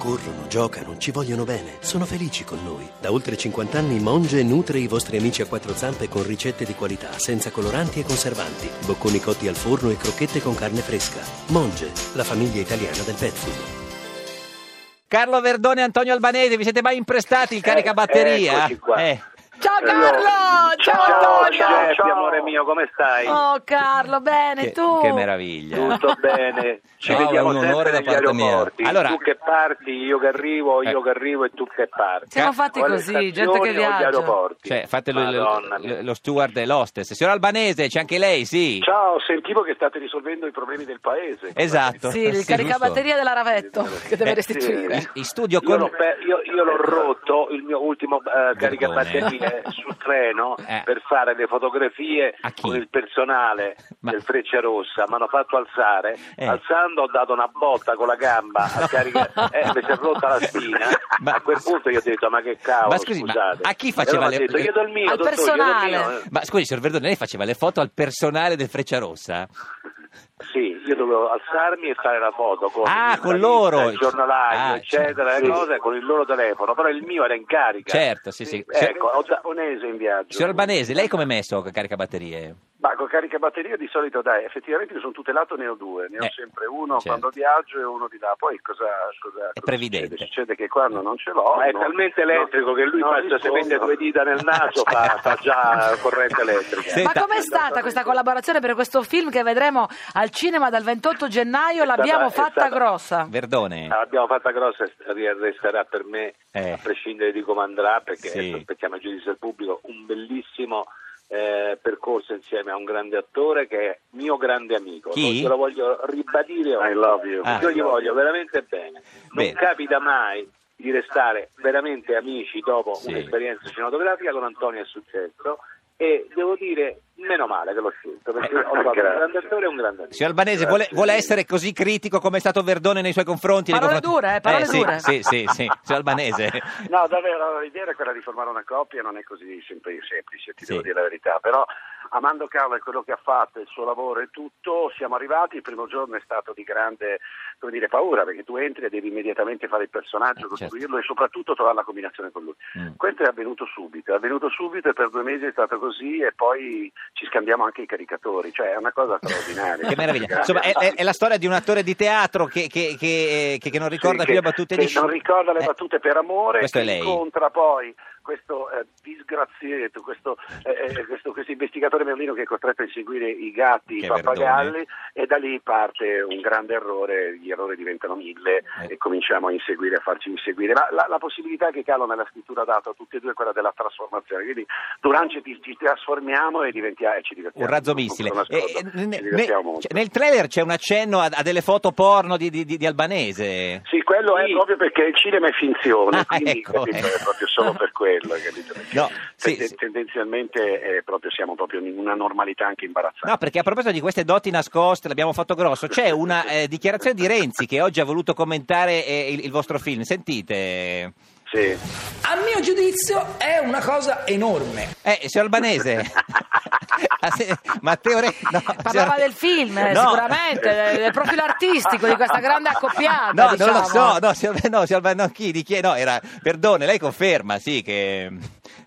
corrono, giocano, ci vogliono bene, sono felici con noi. Da oltre 50 anni Monge nutre i vostri amici a quattro zampe con ricette di qualità, senza coloranti e conservanti, bocconi cotti al forno e crocchette con carne fresca. Monge, la famiglia italiana del pet food. Carlo Verdone e Antonio Albanese, vi siete mai imprestati il caricabatteria? eccoci qua. Eh, Ciao Allora. Carlo! Ciao Ciao Antonio! Giuseppe, amore mio, come stai? Oh Carlo, bene, che, tu? che meraviglia. Tutto bene, ci Ciao, vediamo è un onore sempre da negli parte mia. aeroporti. Allora- Tu che parti, io che arrivo, io Eh. che arrivo e tu che parti. Siamo fatti O alle così, gente stazioni che o agli viaggia. aeroporti. Cioè, fate lo, Madonna lo, mia. lo steward e l'hostess. Signora Albanese, c'è anche lei, sì? Ciao, sentivo che state risolvendo i problemi del paese. Esatto. Sì, il Sì, caricabatteria della Ravetto che deve Eh, restituire. In studio Io con... l'ho, pe- io- io l'ho rotto il mio ultimo eh, caricabatterie Verdone. sul treno Eh. per fare le fotografie A chi? con il personale Ma- del Freccia Rossa. Mi hanno fatto alzare, Eh. alzando ho dato una botta con la gamba No. al carica- eh, mi si è rotta la spina. Ma- a quel punto io ho detto: Ma che cavolo, Ma scusi, ma scusate. a chi faceva Allora le- mi ha detto, io do il mio, eh." Al dottore, io do il personale. mio. Ma scusi, signor Verdone, lei faceva le foto al personale del Freccia Rossa? Sì, io dovevo alzarmi e fare la foto con, Ah, il con giornalista, loro. il giornalaio, Ah, eccetera, le cose, con il loro telefono, però il mio era in carica. Certo, sì, sì. Ecco, ho da- ho neso in viaggio. Signor Albanese, lei come è messo con caricabatterie? Ma con caricabatteria di solito dai, effettivamente io sono tutelato, ne ho due, ne ho Eh, sempre uno certo. quando viaggio e uno di là. Poi cosa, cosa È cosa previdente. Eh. Succede? Succede che quando non ce l'ho. Ma Oh, è talmente elettrico che lui passa- se mette due dita nel naso fa, già corrente elettrica. Senta- Ma com'è stata questa collaborazione per questo film che vedremo al cinema dal 28 gennaio? È stata- L'abbiamo è fatta stata- grossa. Verdone? Ah, L'abbiamo fatta grossa e resterà per me, Eh. a prescindere di come andrà, perché Sì. aspettiamo il giudizio del pubblico, un bellissimo eh, percorso insieme a un grande attore che è mio grande amico. Chi? Non Glielo voglio ribadire oggi. Ah. Io gli voglio veramente bene. Bene. Non capita mai di restare veramente amici dopo Sì. un'esperienza cinematografica con Antonio è successo e devo dire meno male che l'ho scelto perché Eh, ho trovato un grazie. grande attore e un grande amico Signor Albanese, vuole, vuole essere così critico come è stato Verdone nei suoi confronti? nei Parole confronti- dure, eh, parole sì, dure. Sì, sì, sì, signor Albanese. No, davvero, l'idea era quella di formare una coppia, non è così sempre semplice, ti Sì. devo dire la verità, però amando Carlo e quello che ha fatto, il suo lavoro e tutto, siamo arrivati, il primo giorno è stato di grande come dire, paura, perché tu entri e devi immediatamente fare il personaggio, Eh, certo. costruirlo e soprattutto trovare la combinazione con lui. Mm. Questo è avvenuto subito, è avvenuto subito e per due mesi è stato così e poi ci scambiamo anche i caricatori, cioè è una cosa straordinaria. Che meraviglia. Insomma, è, è- è la storia di un attore di teatro che, che- che- che- che non ricorda Sì, più che- le battute che di Schu- non ricorda le Eh, battute per amore Questo che è lei. incontra poi questo eh, disgraziato questo, eh, eh, questo, questo investigatore merlino che è costretto a inseguire i gatti Che i Verdone. pappagalli e da lì parte un grande errore gli errori diventano mille Eh. e cominciamo a inseguire a farci inseguire ma la, la possibilità che Carlo nella scrittura ha dato a tutti e due è quella della trasformazione quindi Durance ci, ci trasformiamo e diventiamo e ci Un divertiamo razzo missile. Non nascondo, Eh, ne- ci ne- divertiamo ne- molto. cioè, nel trailer c'è un accenno a, a delle foto porno di, di- di- di Albanese. Sì, quello è proprio perché il cinema è finzione, Ah, quindi ecco, capito, eh. è proprio solo per quello. capito? Perché No, sì, tende- sì. Tendenzialmente è proprio- siamo proprio in una normalità anche imbarazzante. No, perché a proposito di queste doti nascoste, l'abbiamo fatto grosso, c'è una eh, dichiarazione di Renzi che oggi ha voluto commentare eh, il, il vostro film. Sentite. Sì. A mio giudizio è una cosa enorme. Eh, signor Albanese. Ah, sì, Matteo Renzi. no, Parlava signor- del film, eh, No. sicuramente, del- del profilo artistico di questa grande accoppiata. No, diciamo. non lo so, no, signor, no, signor Alba- no, chi, di chi, no, era, perdone, lei conferma, sì, che,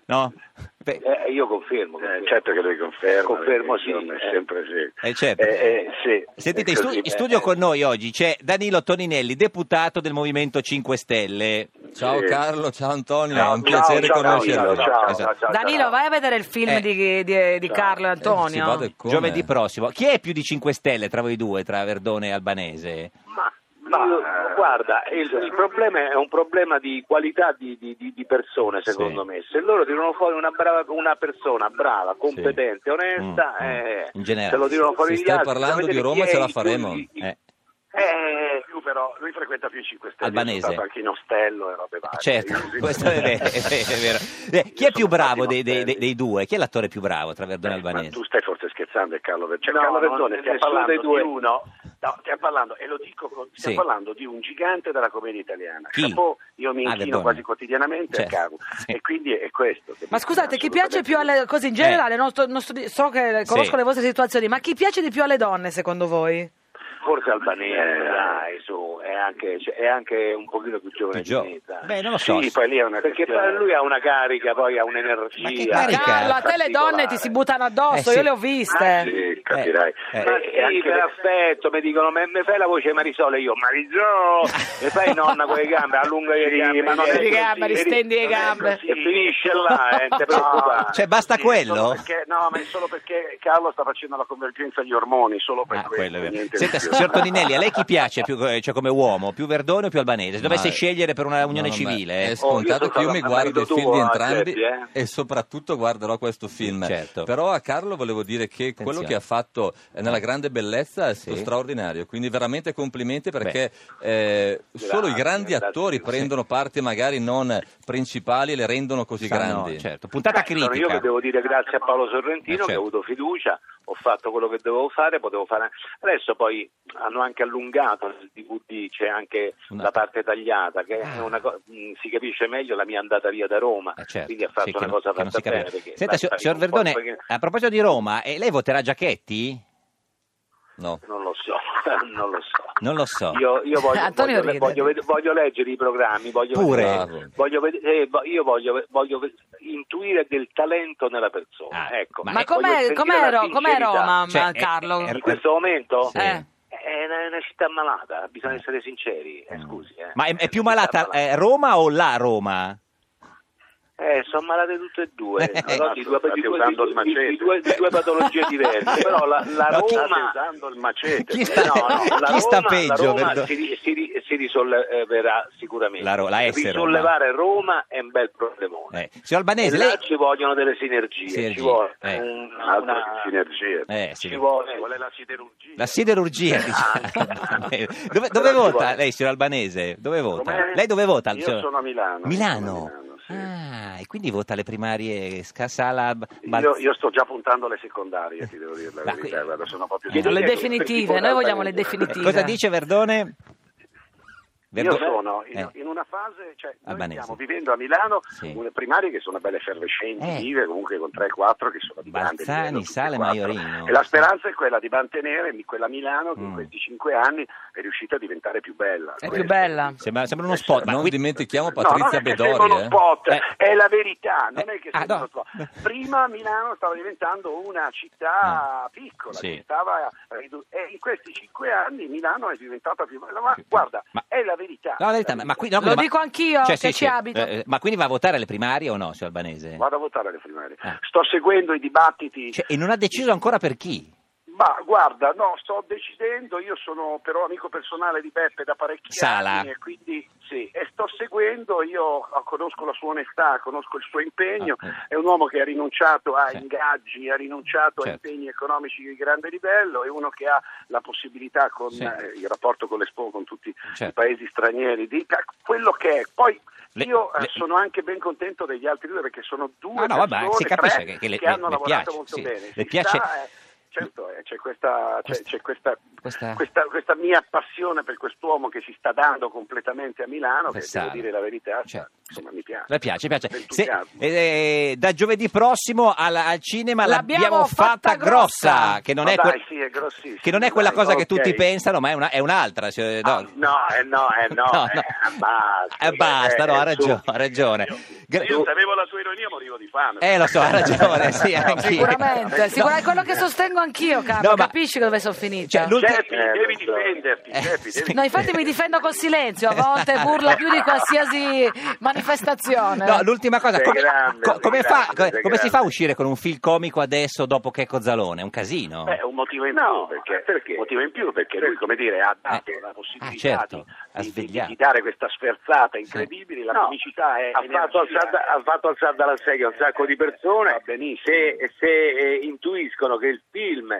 no, Pe- Eh, io confermo, Eh, confermo. certo che lui conferma. Confermo, perché, sì, insomma, è eh. sempre sì. Eh, certo. Eh, eh, sì, sentite, è in, stu- così, in eh. studio con noi oggi c'è Danilo Toninelli, deputato del Movimento 5 Stelle, Ciao Sì. Carlo, ciao Antonio, Ciao, è un piacere ciao, conoscerlo. Danilo, ciao, Esatto. ciao, Danilo, ciao. vai a vedere il film Eh. di, di- di Carlo e Eh, ci Antonio. vado e come? giovedì prossimo. Chi è più di 5 Stelle tra voi due, tra Verdone e Albanese? Ma, ma, Ma- eh, guarda, il, il problema è un problema di qualità di, di- di- di persone, secondo Sì. me. Se loro tirano fuori una, brava, una persona brava, competente, onesta, Mm, mm. eh, In generale, se lo tirano sì. fuori Se gli stai altri, parlando bisogna di vedere Roma, chi ce è la il- faremo. il- il- Eh, Eh, più però, lui frequenta più i 5 Stelle. Albanese. è stato anche in ostello e robe varie. certo, Io sì. questo è vero, è vero, è vero. Eh, chi è più Sono bravo stati dei, dei- ostelli. dei due? Chi è l'attore più bravo tra Verdone e Eh, Ma Albanese? tu stai forse scherzando, è Carlo Verdone. Cioè, No, Carlo non- Verdone, stiamo nessuno parlando dei due. di uno, no, stiamo parlando, e lo dico, con- stiamo Sì. parlando di un gigante della commedia italiana. Chi? Capo, io mi Ah, inchino Verdone. quasi quotidianamente Certo, a Carlo. sì. E quindi è questo. che Ma mi scusate, chi piace assolutamente- più alle cose in generale? non sto- non sto- so che conosco Eh. Sì. le vostre situazioni, ma chi piace di più alle donne secondo voi? forse albanese, dai, su, è anche, cioè, è anche un pochino più giovane Più gio- di me, dai. Beh, non lo so. Sì, poi lì è una Perché questione- poi lui ha una carica, poi ha un'energia. Ma che carica? Carlo, a te le donne ti si buttano addosso, Eh, sì. io le ho viste. Ah, sì, capirai. Eh, eh. Ma E sì, anche per le- affetto, mi dicono, ma mi fai la voce di Marisol? E io, Marisol! E fai nonna con le gambe, allunga le Sì, gambe. ma non è dietro, così, gambe, sì, ristendi le non è gambe. così. E finisce là, eh, non ti preoccupare. Cioè, basta Sì, quello? solo perché- no, ma è solo perché Carlo sta facendo la convergenza agli ormoni, solo per Ah, quello questo. è vero. niente di Senta, più. signor Toninelli, a lei chi piace più, eh, cioè, come uomo? Più Verdone o più Albanese? Se dovesse Ma- scegliere per una unione no, no, ma civile? eh. È scontato Oh, io che io mi sono guardo i marito film tuo, di entrambi Giuseppe, eh. e soprattutto guarderò questo film. Certo. Però a Carlo volevo dire che quello Attenzione. che ha fatto eh, nella grande bellezza è stato Sì. straordinario, quindi veramente complimenti perché eh, solo i Grazie, grandi grazie. attori Sì. prendono parti magari non principali e le rendono così Sanno- grandi. certo. Puntata Beh, sono critica. Io che devo dire grazie a Paolo Sorrentino Eh, certo. che ho avuto fiducia, ho fatto quello che dovevo fare, potevo fare. Adesso poi hanno anche allungato il DVD, c'è anche Una- la parte tagliata, che è una co- mh, si capisce meglio la mia andata via da Roma, Ah. Eh, certo. quindi ha Sì, fatto che una non- cosa che non si fatta capiva. bene. perché Senta, la- signor, la- signor un po' Verdone, perché- a proposito di Roma, eh, lei voterà Giachetti? Oh. No. Non lo so, non lo so. Non lo so. Io, io voglio, Antonio voglio- ride. voglio ved- voglio leggere i programmi, voglio Pure. vedere- voglio ved- eh, vo- io voglio, voglio ved- intuire del talento nella persona. Ah, ecco. ma- Ma Eh, com'è, Voglio com'è sentire la Ro- com'è sincerità. Roma, Cioè, ma è- Carlo? è- In questo momento Sì. Eh. è una, è una città malata, bisogna essere sinceri, eh, scusi. eh. Ma è, è più una città malata eh, Roma o la Roma? Eh, sono malate tutte e due, Eh, però di due, state di due- usando il di- macete. di due- di due patologie diverse, però la, la No, chi- Roma... State usando il macete. Chi sta- Eh, No, no, la chi sta Roma- peggio, La Roma Verdo- si, ri- si ri- si risolleverà sicuramente. La Ro- la S Roma. Risollevare Roma è un bel problemone. Eh, Signor Albanese, e là lei... ci vogliono delle sinergie, Sinergie, ci vuole eh. un- Altre una- sinergie. Eh, sì. ci vuole... Qual è la siderurgia? La siderurgia, diciamo. anche. dove, Però dove ci vota vuole. lei, signor Albanese? Dove vota? Com'è? Lei dove vota? Io signor- sono a Milano. Milano? Sono a Milano, sì. Ah, e quindi vota le primarie Scassala... Bar- Io, io sto già puntando alle secondarie, ti devo dire la Ma verità. qui- guarda, sono proprio Eh, sul- Le sul- definitive, sul- noi vogliamo le sul- definitive. Cosa dice Verdone? Io Verdo- sono in, Eh. in una fase, cioè, noi Albanese. stiamo vivendo a Milano Sì. una primarie che sono belle effervescenti, Eh. vive comunque con 3-4 che sono di grande Balzani, livello, tutte e Sale, quattro. Maiorino. E la speranza è quella di mantenere mi- quella Milano che Mm. in questi 5 anni è riuscita a diventare più bella. È Questo. più bella. Sembra, sembra uno spot, ma non qui... dimentichiamo No, non Patrizia è che sembra Bedori. uno eh. spot, Eh. è la verità, non Eh, è che ah, sembra no. uno spot. Prima Milano stava diventando una città piccola, Ah. Sì. che stava ridu- e in questi cinque anni Milano è diventata più bella, ma guarda, Ma- è la verità. No, la verità, ma- ma qui- no, Lo scusa, ma- dico anch'io, Cioè, che sì, ci sì. abito. Eh, eh, ma quindi va a votare alle primarie o no, signor Albanese? Vado a votare alle primarie. Ah. Sto seguendo i dibattiti. Cioè, e non ha deciso ancora per chi? Ma guarda, no, sto decidendo, io sono però amico personale di Beppe da parecchi Sala. anni e quindi sì, e sto seguendo, io conosco la sua onestà, conosco il suo impegno, Ah, eh. è un uomo che ha rinunciato a Sì. ingaggi, ha rinunciato Certo. a impegni economici di grande livello, è uno che ha la possibilità con Sì. eh, il rapporto con l'Expo, con tutti i Certo. paesi stranieri, di ca- quello che è. Poi Le- io eh, le- sono anche ben contento degli altri due perché sono due Ah, no, vabbè, persone, si capisce tre, che- che le- le- hanno le lavorato piace, molto sì. bene. Le Si piace- sta, eh, certo, eh, c'è, questa, c'è- Questa- c'è questa, questa- questa- questa mia passione per quest'uomo che si sta dando completamente a Milano, Per che Sala. devo dire la verità, Cioè, insomma mi piace. Le piace, piace. Se- Entusiasmo. eh, da giovedì prossimo al, al cinema l'abbiamo, L'abbiamo fatta fatta grossa, grossa. che non Ma è, dai, quel- sì, è grossissimo, che non è quella dai, cosa che ok. tutti pensano, ma è, una- è un'altra. cioè, no. Ah, no, eh, no, eh, no, No, eh, no. basta, Eh, basta, eh, no, ha eh, su. ragione, ha ragione. Gra- Io sapevo la sua ironia, morivo di fame. Eh, lo so, ha ragione, Eh, sì, anch'io. Sicuramente, No. sicuramente, è quello che sostengo anch'io, Carlo, No, ma- capisci dove sono finita? Cioè, l'ul- Geppi, Eh, devi lo so. difenderti, Eh, Geppi, sì. devi No, infatti mi difendo col silenzio, a volte burlo più di qualsiasi manifestazione. No, l'ultima cosa, Sei come, grande, co- sei come fa- grande, come- sei come si grande. fa a uscire con un film comico adesso dopo Checco Zalone? È un casino. Beh, un motivo in No, più perché, perché? un motivo in più perché lui, come dire, ha dato Eh, la ah, possibilità certo, di- ha di, di- svegliato. di dare questa sferzata incredibile, la No, comicità è ha fatto, energia. alzare, ha fatto alzare dalla sedia un sacco di persone Va benissimo. se, se, eh, intuiscono che il film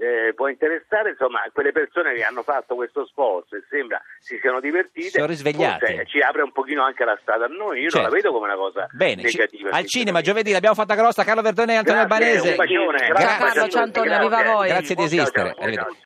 eh, può interessare insomma quelle persone che hanno fatto questo sforzo e sembra si siano divertite Sono risvegliate. forse ci apre un pochino anche la strada a noi io Certo. non la vedo come una cosa Bene, ci- negativa al cinema sinceramente. giovedì l'abbiamo fatta grossa, Carlo Verdone e Antonio Grazie, Albanese. un bacione Grazie. Carlo, ciao Antonio, viva voi. Grazie di Ciao, ciao, esistere, ciao, ciao. arrivederci.